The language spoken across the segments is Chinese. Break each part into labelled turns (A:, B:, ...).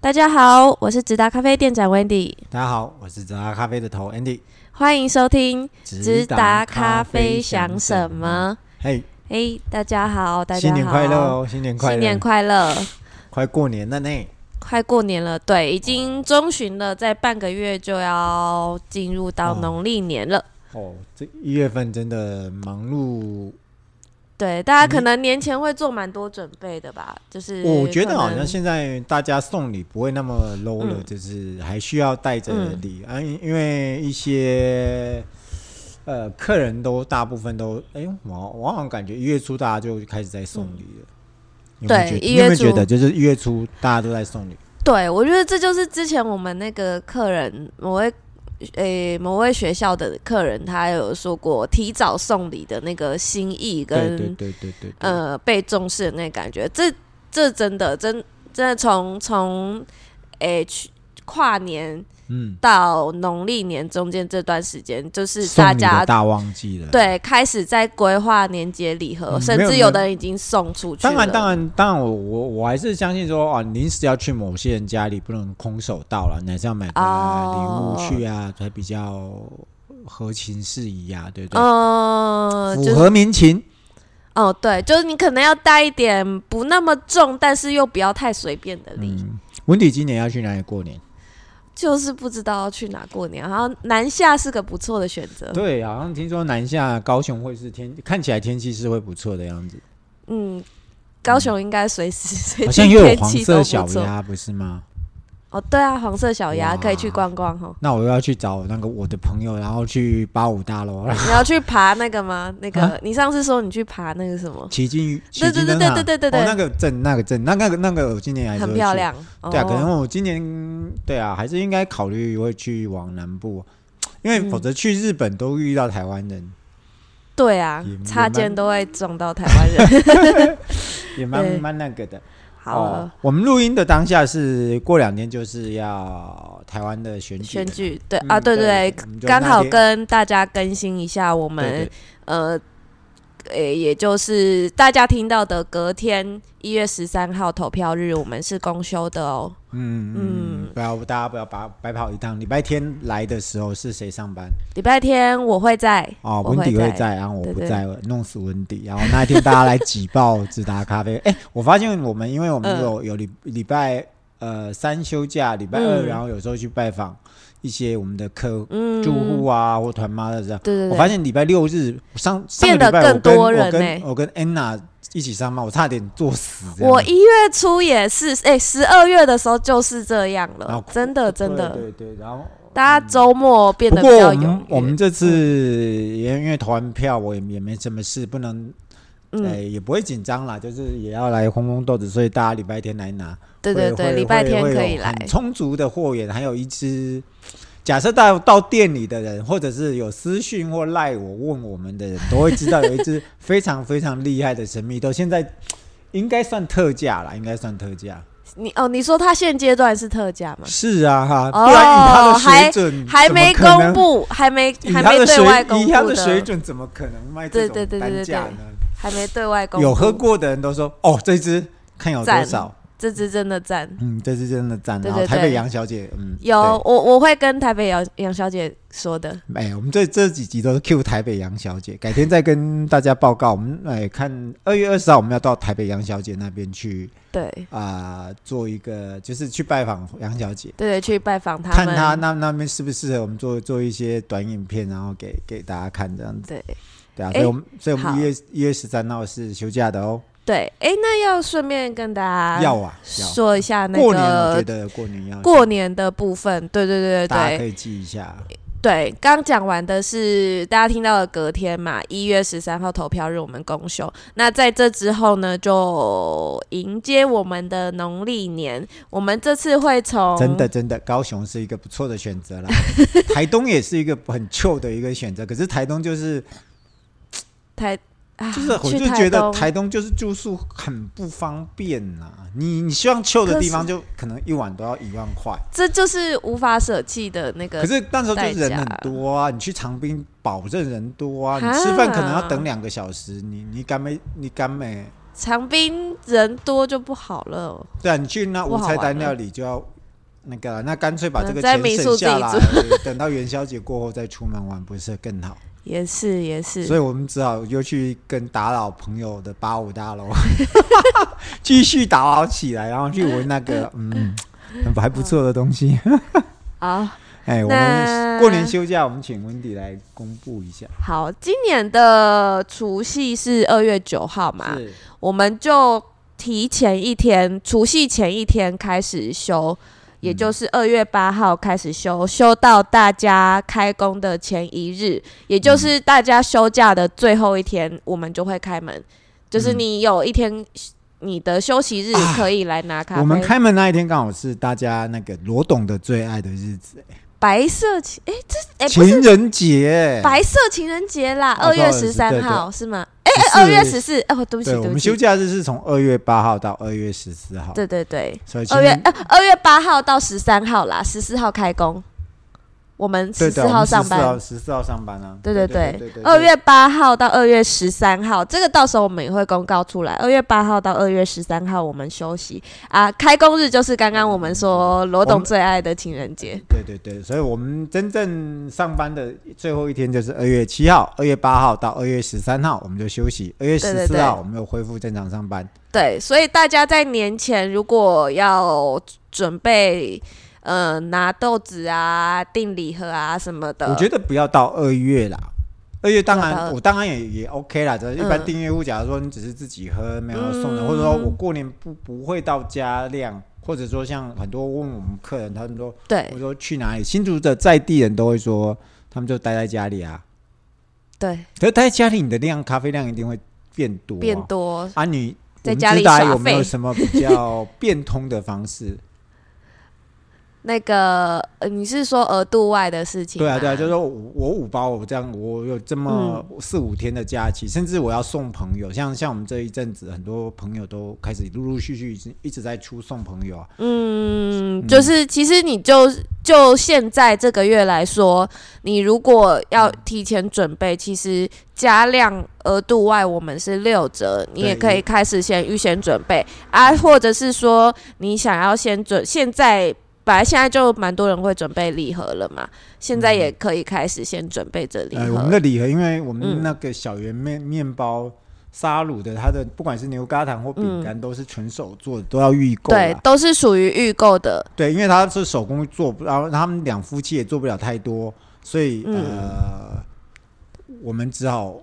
A: 大家好，我是直达咖啡店长 Wendy，
B: 大家好，我是直达咖啡的头 Andy。
A: 欢迎收听
B: 直达咖啡
A: 想
B: 想
A: 什
B: 什
A: 么
B: 么？嘿，
A: 嘿，大家好，大家好，
B: 新年快乐哦！新年快乐！
A: 新年快乐！
B: 快过年了呢！
A: 快过年了，对，已经中旬了，在半个月就要进入到
B: 哦
A: 农历年了。
B: 哦，这一月份真的忙碌。
A: 对，大家可能年前会做蛮多准备的吧，就是
B: 哦我觉得
A: 可能
B: 好像现在大家送礼不会那么 low 了，
A: 嗯
B: 就是还需要带着礼啊，因因为一些呃客人都大部分都哎，我我好像感觉一月初大家就开始在送礼了。你有没有
A: 对
B: 觉得
A: 一
B: 你有没
A: 月
B: 有觉
A: 初
B: 得就是一月初大家都在送礼？
A: 对，我觉得这就是之前我们那个客人某位。诶、某位学校的客人，他有说过提早送礼的那个心意
B: 对
A: 跟
B: 对对对对对。
A: 呃被重视的那感觉，这这真的真真的从从诶去跨年
B: 嗯，
A: 到农历年中间这段时间，就是
B: 送
A: 大
B: 礼的
A: 家
B: 大旺季了。
A: 对开始在规划年节礼盒，
B: 嗯
A: 甚
B: 没有
A: 至
B: 没
A: 有
B: 有
A: 的人已经送出去了。
B: 当然，当然，当然我，我我还是相信说，啊，临时要去某些人家里，不能空手到了，你还是要买个
A: 哦
B: 礼物去啊，才比较合情适宜啊，对不对？
A: 嗯，哦就
B: 符
A: 是
B: 合民情。
A: 哦，对，就是你可能要带一点不那么重，但是又不要太随便的礼，
B: 嗯，文迪今年要去哪里过年？
A: 就是不知道要去哪过年。然后南下是个不错的选择，
B: 对，好像听说南下高雄会是天，看起来天气是会不错的样子，
A: 嗯，高雄应该随时 随地
B: 好像又有
A: 天
B: 黄
A: 气
B: 色
A: 都
B: 小
A: 不错。
B: 鸭，不是吗？
A: 哦，对啊，黄色小鸭
B: 哇
A: 可以去逛逛哈。
B: 那我又要去找那个我的朋友，然后去八五大楼，然后
A: 你要去爬那个吗？那个
B: 啊
A: 你上次说你去爬那个什么，
B: 奇境奇
A: 对对对
B: 境灯
A: 对
B: 塔
A: 对对对对
B: 哦，那个镇那个镇那那个那个，我今年还是
A: 很
B: 会
A: 漂
B: 去
A: 亮。
B: 对啊，
A: 哦
B: 可能我今年对啊，还是应该考虑会去往南部，因
A: 嗯
B: 为否则去日本都遇到台湾人，
A: 对啊
B: 也，
A: 擦
B: 也
A: 肩
B: 蛮
A: 都会撞到台湾人。 对
B: 也蛮蛮那个的。
A: 好啊
B: 哦
A: 了，
B: 我们录音的当下是过两天就是要台湾的选举
A: 选
B: 了，
A: 举对
B: 嗯
A: 啊，对对，
B: 我们就
A: 刚
B: 那
A: 好
B: 天
A: 跟大家更新一下我
B: 对
A: 们
B: 对
A: 呃，诶，也就是大家听到的隔天一月十三号投票日，我们是公休的哦。
B: 嗯嗯，不要大家不要白白跑一趟。礼拜天来的时候是谁上班？
A: 礼拜天我会在，
B: 哦，
A: 我
B: 温迪
A: 会
B: 会
A: 在
B: 在，然后我
A: 对
B: 不
A: 对
B: 在，弄死温迪。然后那一天大家来挤爆直达咖啡。 哎，我发现我们因为我们
A: 嗯
B: 有有礼礼拜呃三休假，礼拜二，
A: 嗯
B: 然后有时候去拜访一些我们的客
A: 嗯，
B: 住户啊或团妈的这样。
A: 对对对，
B: 我发现礼拜六日上上
A: 变
B: 个
A: 得
B: 礼拜
A: 更
B: 我跟
A: 多人
B: 我
A: 欸
B: 跟我跟安娜一起上班，我差点作死这样。
A: 我一月初也是，哎、十二月的时候就是这样
B: 然
A: 了
B: 后，
A: 真的真的，
B: 对对对，然后
A: 大家周末变
B: 不
A: 得比
B: 过
A: 较嗯
B: 我
A: 踊
B: 们
A: 跃。
B: 我们这次也因为投完票，我也也没什么事，不能，
A: 嗯
B: 呃，也不会紧张啦，就是也要来烘烘豆子，所以大家礼拜天来拿，
A: 对对
B: 会
A: 对，
B: 会
A: 礼拜天
B: 会
A: 可
B: 会
A: 以
B: 有
A: 来
B: 很，充足的货源，还有一支。假设到到店里的人，或者是有私讯或赖我问我们的人，都会知道有一只非常非常厉害的神秘豆，现在应该算特价啦，应该算特价。
A: 你哦，你说他现阶段是特价吗？
B: 是啊，哈，
A: 哦
B: 不然以他的水准，
A: 还没
B: 嗯怎么可
A: 公
B: 能
A: 布，还没
B: 以
A: 还
B: 他
A: 没
B: 的
A: 对
B: 水
A: 外公
B: 以他
A: 布
B: 的水准怎么可能卖这
A: 对
B: 种
A: 对对对
B: 单价呢？
A: 还没对外公布。
B: 有喝过的人都说，哦，这只看有多
A: 赞
B: 少，
A: 这支真的赞，
B: 嗯，这只真的赞。
A: 对
B: 然后
A: 对
B: 台
A: 对
B: 北杨小姐，嗯，
A: 有我我会跟台北杨杨小姐说的。
B: 对。哎，我们这这几集都是 Q 台北杨小姐，改天再跟大家报告。我们来看二月二十号，我们要到台北杨小姐那边去
A: 对
B: 啊、做一个，就是去拜访杨小姐，
A: 对对，去拜访他
B: 看
A: 们。
B: 她那那边适不适合我们做做一些短影片，啊然后给给大家看这样子。
A: 对
B: 对啊，
A: 哎
B: 所以我们所以我
A: 好
B: 们一月一月十三号是休假的哦。
A: 对，哎，那要顺便跟大家
B: 要啊，要。
A: 说一下那
B: 过年我觉
A: 个
B: 得过年要
A: 过年的部分。对对对
B: 大
A: 对
B: 家可
A: 对
B: 以记一下，
A: 对，刚讲完的是大家听到的隔天嘛，一月十三号投票日我们公休。那在这之后呢，就迎接我们的农历年。我们这次会从
B: 真的真的，高雄是一个不错的选 择啦，台东也是一个很旧的一个选择，可是台东就是
A: 台啊，
B: 就是我
A: 去
B: 就
A: 台
B: 觉得
A: 东
B: 台东就是住宿很不方便呐、你你希望旧的地
A: 可
B: 方就可能一晚都要一万块，
A: 这就是无法舍弃的那个
B: 可。是那时候就
A: 代
B: 是人很
A: 价
B: 多啊，你去长滨保证人多啊，你
A: 哈
B: 吃饭可能要等两个小时，你你敢没你敢没
A: 长滨人多就不好了。
B: 对啊，你去那
A: 不
B: 无
A: 好
B: 菜
A: 玩
B: 单
A: 了
B: 料理就要那个啊，那干脆把
A: 嗯
B: 这个
A: 在
B: 钱
A: 民
B: 省
A: 宿自
B: 下
A: 己
B: 来
A: 住，
B: 等到元宵节过后再出门玩，不是更好？
A: 也是也 是，
B: 所以我们只好又去跟打扰朋友的八五大楼 继续打扰起来，然后去闻 那个嗯，很还不错的东西。
A: 好
B: 哎，我
A: 那
B: 们过年休假，我们请温迪来公布一下。
A: 好，今年的除夕是二月九号嘛，
B: 是，
A: 我们就提前一天，除夕前一天开始休，
B: 嗯
A: 也就是二月八号开始休，休到大家开工的前一日，也就是
B: 嗯
A: 大家休假的最后一天，我们就会开门。就是
B: 嗯啊
A: 你有一天你的休息日可以来拿咖啡。
B: 我们开门那一天刚好是大家那个罗董的最爱的日子，
A: 白色情，哎、这哎、不是
B: 情人节。
A: 白色情人节啦，
B: 哦
A: 二月
B: 不好意
A: 十
B: 思对
A: 三
B: 对
A: 号是吗？哎哎，二月
B: 14
A: 十四，哦，对不起，
B: 对，
A: 对
B: 我
A: 不
B: 们休
A: 起，
B: 假日是从二月八号到二月十四号，
A: 对对对。
B: 所以情
A: 二月
B: 人
A: 呃二月八号到十三号啦，十四号开工，我们
B: 对
A: 十
B: 对
A: 四号上班。
B: 十四号上班啊。
A: 对
B: 对
A: 对
B: 对对，
A: 二月八号到二月十三号，这个到时候我们也会公告出来。二月八号到二月十三号我们休息啊，开工日就是刚刚我们说罗
B: 我
A: 董
B: 们
A: 最爱的情人节。
B: 对对对，所以我们真正上班的最后一天就是二月七号、二月八号到二月十三号，我们就休息。二月
A: 对
B: 十
A: 对
B: 四
A: 对
B: 号我们又恢复正常上班。
A: 对，所以大家在年前如果要准备呃拿豆子啊、订礼盒啊什么的，
B: 我觉得不要到二月啦，二月当
A: 不要到
B: 然
A: 二
B: 我当然也也 OK 啦。只是一般
A: 嗯
B: 订阅户，假如说你只是自己喝没有要送的，或者说我过年不不会到加量，或者说像很多问我们客人，他们说
A: 对
B: 我说去哪里，新竹的在地人都会说，他们就待在家里啊。
A: 对
B: 可是待在家里，你的量咖啡量一定会变多啊、
A: 变多
B: 啊你。
A: 在
B: 我们
A: 家
B: 知
A: 里
B: 道
A: 耍
B: 有没有
A: 废
B: 什么比较变通的 方式？
A: 那个，呃你是说额度外的事情？
B: 对啊，对啊，就是说我我五包，我这样我有这么
A: 嗯
B: 四五天的假期，甚至我要送朋友，像像我们这一阵子，很多朋友都开始陆陆续续一直一直在出送朋友啊。
A: 嗯，就是其实你就就现在这个月来说，你如果要
B: 嗯
A: 提前准备，其实加量额度外我们是六折，你
B: 对
A: 也可以开始先预先准备啊，或者是说你想要先准，现在本来现在就蛮多人会准备礼盒了嘛，现在也可以开始先准备这礼
B: 嗯呃，我们
A: 盒
B: 的。礼盒，因为我们
A: 嗯
B: 那个小圆面面包沙鲁的，它的不管是牛轧糖或饼干，都是纯手做的，都要预
A: 嗯
B: 购啊
A: 对
B: 啦，
A: 都是属于预购的，
B: 对，因为他是手工做不，然后他们两夫妻也做不了太多，所以、呃，我们只好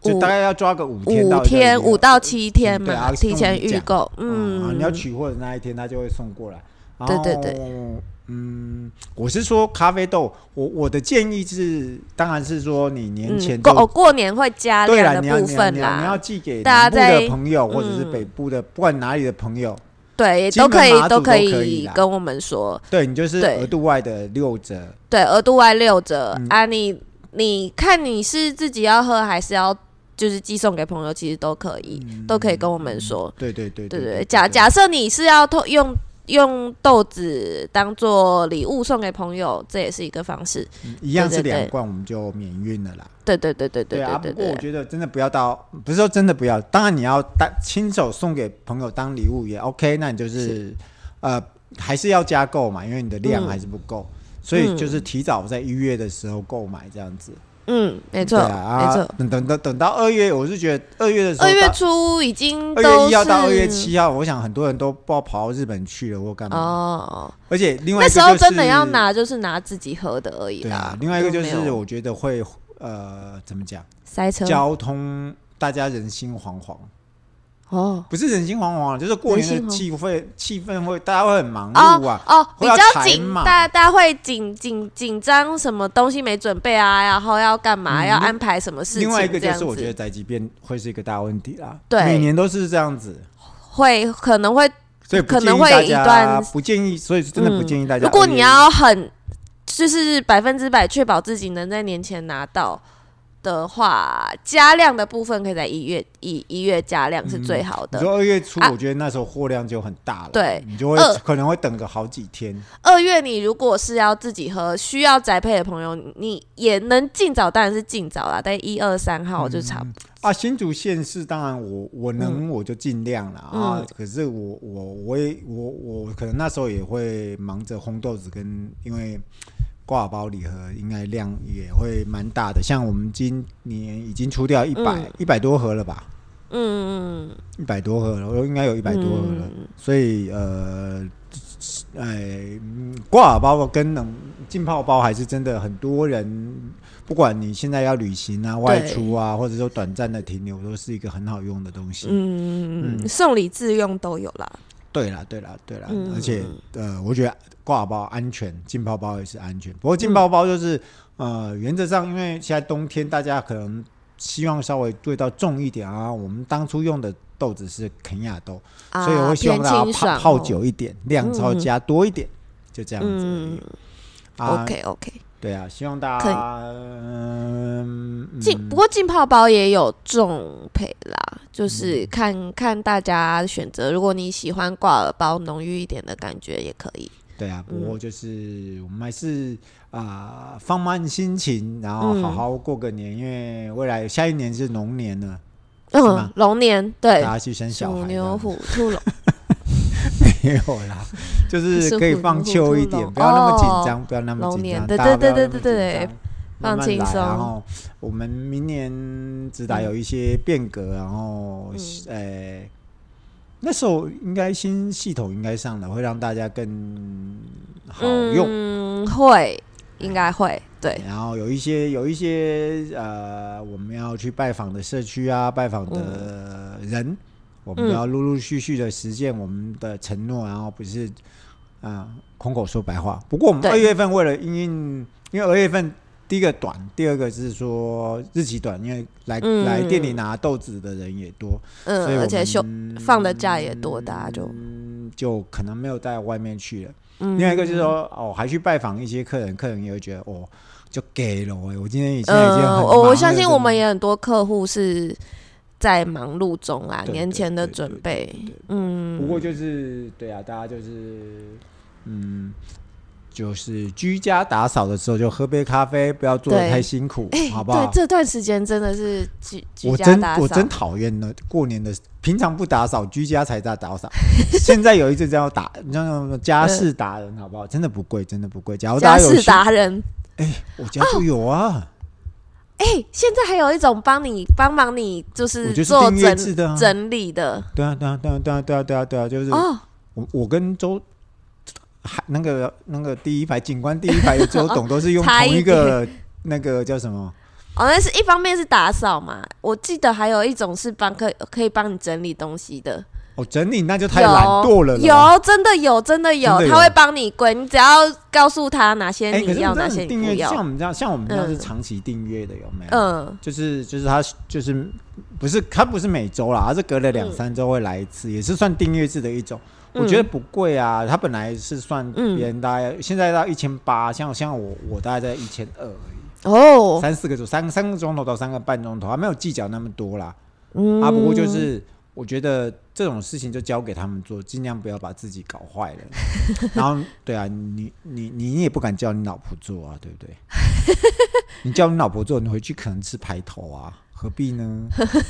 B: 就
A: 嗯五
B: 大概要抓个五天
A: 五
B: 到
A: 天五到
B: 七
A: 七天
B: 对啊
A: 嘛，提前预购。
B: 嗯，啊
A: 嗯，
B: 你要取货的那一天，他就会送过来。然
A: 对
B: 后
A: 对
B: 嗯，我是说咖啡豆，我我的建议是，当然是说你年前
A: 过
B: 就、
A: 哦过年会加
B: 对啦，
A: 量
B: 你
A: 的
B: 要
A: 部
B: 你要
A: 分
B: 你要你要
A: 啦，
B: 寄给
A: 大家
B: 南部的
A: 在
B: 朋友或者是
A: 嗯
B: 北部的，不管哪里的朋友，
A: 对，也
B: 金
A: 都
B: 门
A: 可
B: 马
A: 以
B: 祖
A: 都
B: 都
A: 可
B: 可
A: 以
B: 以啦
A: 跟我们说，
B: 对你就是
A: 对
B: 额度外的六折。
A: 对，额度外六折
B: 嗯
A: 啊，你你看你是自己要喝还是要就是寄送给朋友，其实都可以，都可以跟我们说，
B: 对对嗯对
A: 对
B: 对
A: 对，假假设你是要透用。用豆子当做礼物送给朋友，这也是一个方式。
B: 嗯一样
A: 对
B: 是
A: 对
B: 两
A: 对
B: 罐，我们就免运了啦。
A: 对对对对对
B: 啊，
A: 对
B: 不过
A: 对
B: 我觉得真的不要到，不是说真的不要，当然你要当亲手送给朋友当礼物也 OK，那你就是呃还是要加购嘛，因为你的量
A: 嗯
B: 还是不够，所以就是提早在一月的时候购买这样子。
A: 嗯，没
B: 对
A: 错，
B: 啊，
A: 没错。
B: 等等等等到二月，我是觉得二月的时候
A: 二
B: 到，
A: 月初已经
B: 二月
A: 都
B: 一
A: 是
B: 号到二月七号，我想很多人都不知道跑到日本去了或干嘛，
A: 哦，
B: 而且另外
A: 那
B: 一个
A: 时候
B: 就
A: 真的
B: 是
A: 要拿就是拿自己喝的而已
B: 对啊
A: 啦。，
B: 另外一个就
A: 没
B: 是
A: 有
B: 我觉得会呃怎么讲，
A: 塞车
B: 交通大家人心惶惶，
A: 哦
B: 不是人心惶惶，就是过年
A: 人
B: 的
A: 心
B: 气氛气氛会大家会很忙碌
A: 哦
B: 啊，
A: 哦，比
B: 会要
A: 较
B: 采
A: 紧，
B: 买
A: 大大家会紧紧紧张，什么东西没准备啊，然后要干嘛，
B: 嗯
A: 要安排什么事情，
B: 另外一个
A: 这
B: 就
A: 样
B: 是我觉得
A: 子
B: 宅急便会是一个大问题啦，
A: 对
B: 每年都是这样子，
A: 会可能会，
B: 所以不
A: 可能
B: 建议
A: 会
B: 大
A: 一
B: 家
A: 段
B: 不建议，所以真的不
A: 嗯
B: 建议大家。
A: 如果你要很就是百分之百确保自己能在年前拿到。的话，加量的部分可以在一月一一月加量是最好
B: 嗯你
A: 的。
B: 说二月初
A: 啊，
B: 我觉得那时候货量就很大了，
A: 对
B: 你就会
A: 二
B: 可能会等个好几天。
A: 二月你如果是要自己喝，需要宅配的朋友，你也能尽早，当然是尽早啦，但一二三号就差不多。
B: 啊，新竹县市当然我我能我就尽量了啊，
A: 嗯
B: 可是我我我也我我可能那时候也会忙着烘豆子跟因为挂包礼盒应该量也会蛮大的，像我们今年已经出掉一百一百多盒了吧，
A: 嗯嗯
B: 一百多盒了，应该有一百多盒了，所以呃。哎，嗯挂耳包跟冷浸泡包还是真的很多人，不管你现在要旅行啊、外出啊，或者说短暂的停留，都是一个很好用的东西。
A: 嗯嗯，送礼自用都有啦。
B: 对啦，对啦，对啦，
A: 嗯嗯
B: 而且呃，我觉得挂耳包安全，浸泡包也是安全。不过浸泡包就是、呃，原则上因为现在冬天，大家可能希望稍微味道重一点啊。我们当初用的豆子是肯亚豆，
A: 啊，
B: 所以我会希望
A: 偏
B: 大
A: 清
B: 家泡
A: 爽
B: 泡
A: 哦。
B: 久一点，量稍微加多一点，就这样子而已。
A: 嗯
B: 啊
A: ，OK OK。
B: 对啊，希望大
A: 可以
B: 家嗯，嗯
A: 浸不过浸泡包也有重配啦，
B: 嗯
A: 就是看、看大家选择。如果你喜欢挂耳包浓郁一点的感觉也可以。
B: 对
A: 嗯
B: 啊，不过就是我们还是啊、放慢心情，然后
A: 嗯
B: 好好过个年，因为未来下一年是龙年了，是
A: 嗯
B: 吗，
A: 龙年
B: 大
A: 对，
B: 家去生小
A: 鼠
B: 孩
A: 牛
B: 的
A: 虎兔龙，
B: 没有 啦，就是
A: 是
B: 可以
A: 虎
B: 放
A: 虎
B: 秋
A: 兔
B: 一点，
A: 龙
B: 不要那么紧
A: 哦
B: 张，不要那么
A: 龙
B: 紧
A: 年
B: 张，
A: 对
B: 大家
A: 对
B: 不
A: 对
B: 要那么
A: 对
B: 紧
A: 对
B: 张
A: 放
B: 慢慢
A: 轻
B: 来然
A: 松
B: 后我们明年只打有一些变革，然后
A: 嗯
B: 呃，那时候应该新系统应该上了，会让大家更 好用。
A: 嗯，会应该会对，
B: 然后有一些有一些呃，我们要去拜访的社区啊，拜访的
A: 嗯
B: 人，我们都要陆陆续续的实践我们的承诺，然后不是啊、空口说白话。不过我们
A: 对
B: 二月份为了因应，因为二月份第一个短，第二个是说日期短，因为来、
A: 嗯
B: 来店里拿豆子的人也多，所以
A: 嗯，
B: 我
A: 而且
B: 们
A: 休放的假也多，大家就
B: 嗯就可能没有带外面去了。
A: 嗯，
B: 另外一个就是说，哦，还去拜访一些客人，客人也会觉得，哦，就给了我，我今天已经已经很
A: 呃嗯哦我我
B: 忙
A: 相
B: 了
A: 信
B: 对
A: 我
B: 不
A: 们
B: 对
A: 也很多客户是在忙碌中啦，
B: 对
A: 年
B: 对
A: 前的
B: 对
A: 准
B: 对
A: 备
B: 对对，
A: 嗯，
B: 不过就是对啊，大家就是嗯，就是居家打扫的时候就喝杯咖啡，不要做的
A: 对
B: 太辛苦，好不
A: 哎对
B: 好，？
A: 这段时间真的是居居
B: 我
A: 家
B: 真
A: 打
B: 我
A: 扫
B: 真，讨厌呢，过年的平常不打扫，居家才在打扫。 现在有一阵子要打，那种家事达人，好不好？真的不贵，真的不贵。假如大
A: 家
B: 家有
A: 事
B: 需，
A: 达人。
B: 我家就有啊。
A: 哎、现在还有一种帮你帮忙你，就是
B: 我就是
A: 哦嗯做
B: 订阅
A: 整
B: 制的啊
A: 整理的
B: 对啊，对啊，对啊，对啊，对啊，对啊，对啊，就是
A: 哦，
B: 我我跟周还那个那个第一排景观第一排的周董都是用
A: 差
B: 同一
A: 一
B: 个那个叫什么？
A: 哦，那是一方面是打扫嘛，我记得还有一种是帮可以可以帮你整理东西的，
B: 哦，整理那就太懒惰了啦。
A: 有真的有真的有，
B: 真的有
A: 他会帮你归，你只要告诉他哪些
B: 哎，可
A: 你
B: 是
A: 要，
B: 这
A: 哪
B: 样
A: 些你
B: 订
A: 不
B: 阅，像我
A: 要，
B: 们这样，像我们这样是
A: 嗯
B: 长期订阅的，有没有？
A: 嗯
B: 就是就是他就是不是他不是每周啦，他是隔了两
A: 嗯
B: 三周会来一次，也是算订阅制的一种。我
A: 嗯
B: 觉得不贵啊，他本来是算
A: 嗯
B: 别人大概现在到一千八，像像我我大概在一千二而已，
A: 哦，
B: 三四个钟三三个钟头到三个半钟头，还没有计较那么多啦。
A: 嗯
B: 啊，不过就是我觉得这种事情就交给他们做，尽量不要把自己搞坏了。 然后，对啊，你你你也不敢叫你老婆做啊，对 不对？你叫你老婆做，你回去可能吃排头啊，何必呢？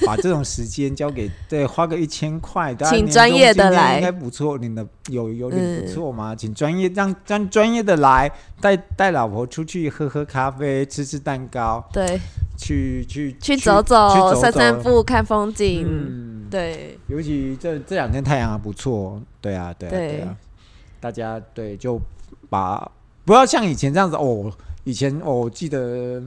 B: 把这种时间交给对，花个一千块，大家
A: 请
B: 年
A: 专
B: 终
A: 业的
B: 纪念
A: 来
B: 应该不错。你的有有点
A: 嗯
B: 不错嘛，请专业让让专业的来，带带老婆出去喝喝咖啡，吃吃蛋糕，
A: 对，
B: 去去
A: 去
B: 去
A: 走
B: 去走
A: 走，
B: 走
A: 散散步，看风景，
B: 嗯，
A: 对，
B: 尤其这这两天太阳还不错，对啊，对啊，
A: 对
B: 对啊，大家对就把不要像以前这样子哦，以前哦，我记得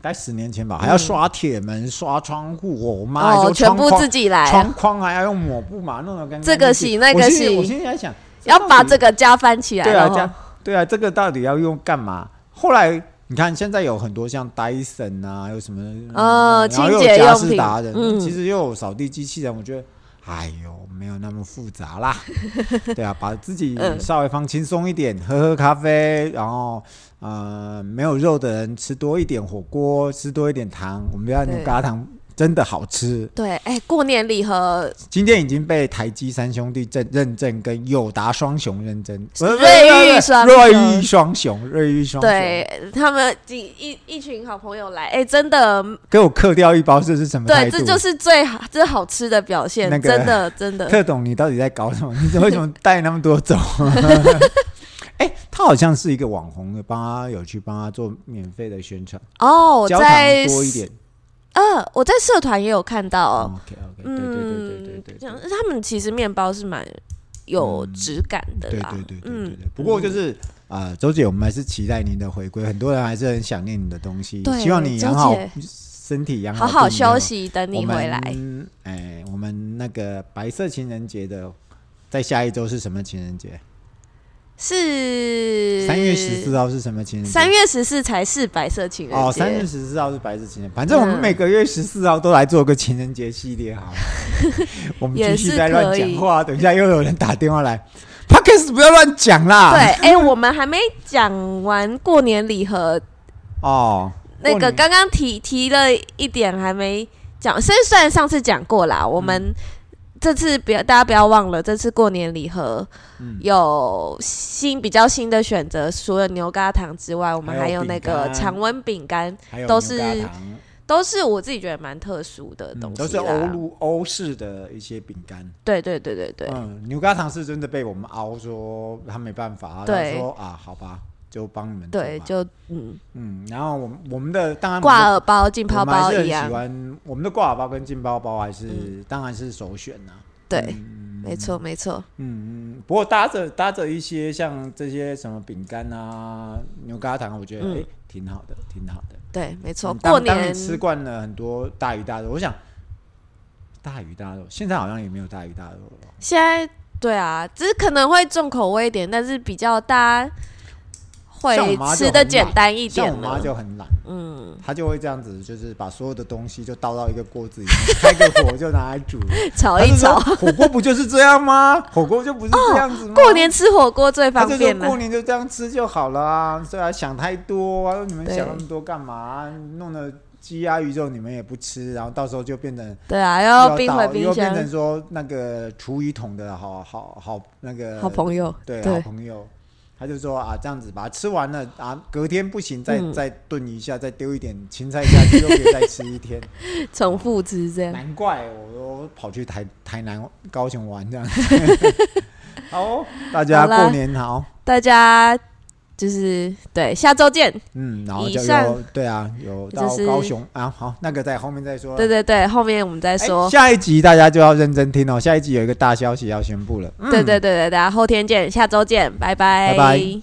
B: 大概十年前吧，还要刷铁门、刷窗户，哦我妈还说
A: 嗯哦，全
B: 窗
A: 部
B: 框
A: 自己来啊
B: 窗，框还要用抹布嘛，弄得干干
A: 这个
B: 净
A: 洗
B: 净
A: 那个
B: 我心里
A: 洗
B: 我心里在想，
A: 要把这
B: 个
A: 个加翻起来
B: 对啊，
A: 了
B: 这样
A: 哈，
B: 对啊，这个到底要用干嘛？后来你看，现在有很多像 Dyson 啊，有什么
A: 呃
B: 然
A: 清
B: 后又有
A: 洁
B: 家
A: 用
B: 事
A: 品
B: 达人，
A: 嗯
B: 其实又有扫地机器人，我觉得，哎呦，没有那么复杂 啦。对啊，把自己稍微放轻松一点，喝喝咖啡，然后呃，没有肉的人吃多一点火锅，吃多一点糖。我们家
A: 对
B: 牛轧糖真的好吃，
A: 对，哎、过年礼盒
B: 今天已经被台积三兄弟证认证，跟友达双雄认证，不是不是
A: 瑞玉双雄
B: 不是瑞玉双雄，瑞玉双雄，，
A: 对他们几一一群好朋友来，哎、真的，
B: 给我刻掉一包，这是什么
A: 对，
B: 态度？
A: 这就是最好这好吃的表现，
B: 那个
A: 真的真 的。
B: 特董，你到底在搞 什么？你为什么带那么多走？ 哎、他好像是一个网红的，帮他有去帮他做免费的宣传，
A: 哦，我
B: 焦
A: 在
B: 糖多一点。
A: 呃，我在社团也有看到哦，
B: OK OK，对
A: 嗯，
B: 对对对对对
A: 这
B: 对
A: 样他们其实面包是蛮有质感的
B: 嗯对
A: 啦，
B: 对对对对
A: 嗯
B: 对。不过就是呃，周姐，我们还是期待您的回归，很多人还是很想念你的东西，
A: 对
B: 希望你
A: 周
B: 养好
A: 姐
B: 身体，养
A: 好
B: 好
A: 好
B: 肚子养
A: 休息，等你回来。
B: 我们哎、我们那个白色情人节的，在下一周是什么情人节？
A: 是
B: 三月十，四号是什么情人节？
A: 三月十四才是白色情人节。
B: 哦，三月十四号是白色情人，反正我们
A: 嗯
B: 每个月十四号都来做个情人节系 列好了。我们继
A: 也
B: 续
A: 是
B: 在乱
A: 可
B: 讲
A: 以
B: 话，等一下又有人打电话来 p o d c a s 不要乱讲啦。
A: 对，，哎、我们还没讲完过年礼盒，
B: 哦，
A: 那
B: 过
A: 个
B: 年
A: 刚刚提提了一点还没讲，虽虽然上次讲过啦，我
B: 嗯
A: 们这次不要大家不要忘了，这次过年礼盒
B: 嗯
A: 有新比较新的选择，除了牛轧糖之外，我们
B: 还
A: 还有
B: 有
A: 那
B: 饼
A: 个
B: 干
A: 常温饼干，
B: 还有
A: 都
B: 牛
A: 是
B: 轧糖
A: 都是我自己觉得蛮特殊的东
B: 嗯
A: 西、
B: 都是欧。陆欧式的一些饼干。
A: 对对对对对，
B: 嗯，牛轧糖是真的被我们熬说他没办法，他
A: 对
B: 说啊，好吧，就帮你们做
A: 对，
B: 吧
A: 就嗯，
B: 嗯，然后我们我们的当然我们
A: 挂
B: 的
A: 耳包、浸泡
B: 我们还
A: 包
B: 是很
A: 一
B: 喜
A: 样，嗯
B: 欢我们的挂耳包跟浸泡包还是、当然是首选呐、
A: 对，
B: 嗯
A: 没错没错，
B: 嗯嗯，不过搭着搭着一些像这些什么饼干啊、牛轧糖，我觉得哎、
A: 嗯
B: 诶挺好的，挺好的。
A: 对没错。
B: 嗯
A: 过
B: 当当
A: 年
B: 你吃惯了很多大鱼大肉，我想大鱼大肉现在好像也没有大鱼大肉了。
A: 现在对啊，只是可能会重口味一点，但是比较大家
B: 像我
A: 会
B: 妈就
A: 吃的
B: 很
A: 简
B: 懒
A: 单一
B: 像
A: 点
B: 我妈
A: 了。
B: 就很懒，
A: 嗯，
B: 她就会这样子，就是把所有的东西就倒到一个锅子里面，开个火就拿来 煮了。
A: 炒
B: 她
A: 一
B: 就说
A: 炒。
B: 火锅不就是这样吗？火锅就不是这样子吗？
A: 过年吃火锅最
B: 他
A: 方
B: 就说
A: 便
B: 过
A: 了，
B: 年就这样吃就好了啊，对啊，想太多啊，你们
A: 对
B: 想那么多干嘛、弄了鸡鸭鱼肉你们也不吃，然后到时候就变成
A: 对啊，
B: 又
A: 要
B: 要
A: 冰
B: 倒
A: 回
B: 又
A: 冰
B: 变
A: 箱。
B: 成说那个厨余桶的好好好那个
A: 好朋友，
B: 对好
A: 对
B: 朋友，他就说啊这样子把它吃完了啊，隔天不行再、
A: 嗯
B: 再炖一下，再丢一点芹菜下去，又可以再吃 一天。
A: 重复吃这样。
B: 难怪我都跑去台台南高雄 玩这样子。好哦，大家
A: 好啦
B: 过年好。
A: 大家就是对，下周见。
B: 嗯，然后
A: 以
B: 就有
A: 上
B: 对啊，有
A: 就
B: 到
A: 是
B: 高雄、啊，好，那个在后面再说啦。
A: 对对对，后面我们再
B: 哎
A: 说。
B: 下一集大家就要认真听哦，下一集有一个大消息要宣布了。
A: 对对对对，大家后天见，下周见，拜
B: 嗯拜拜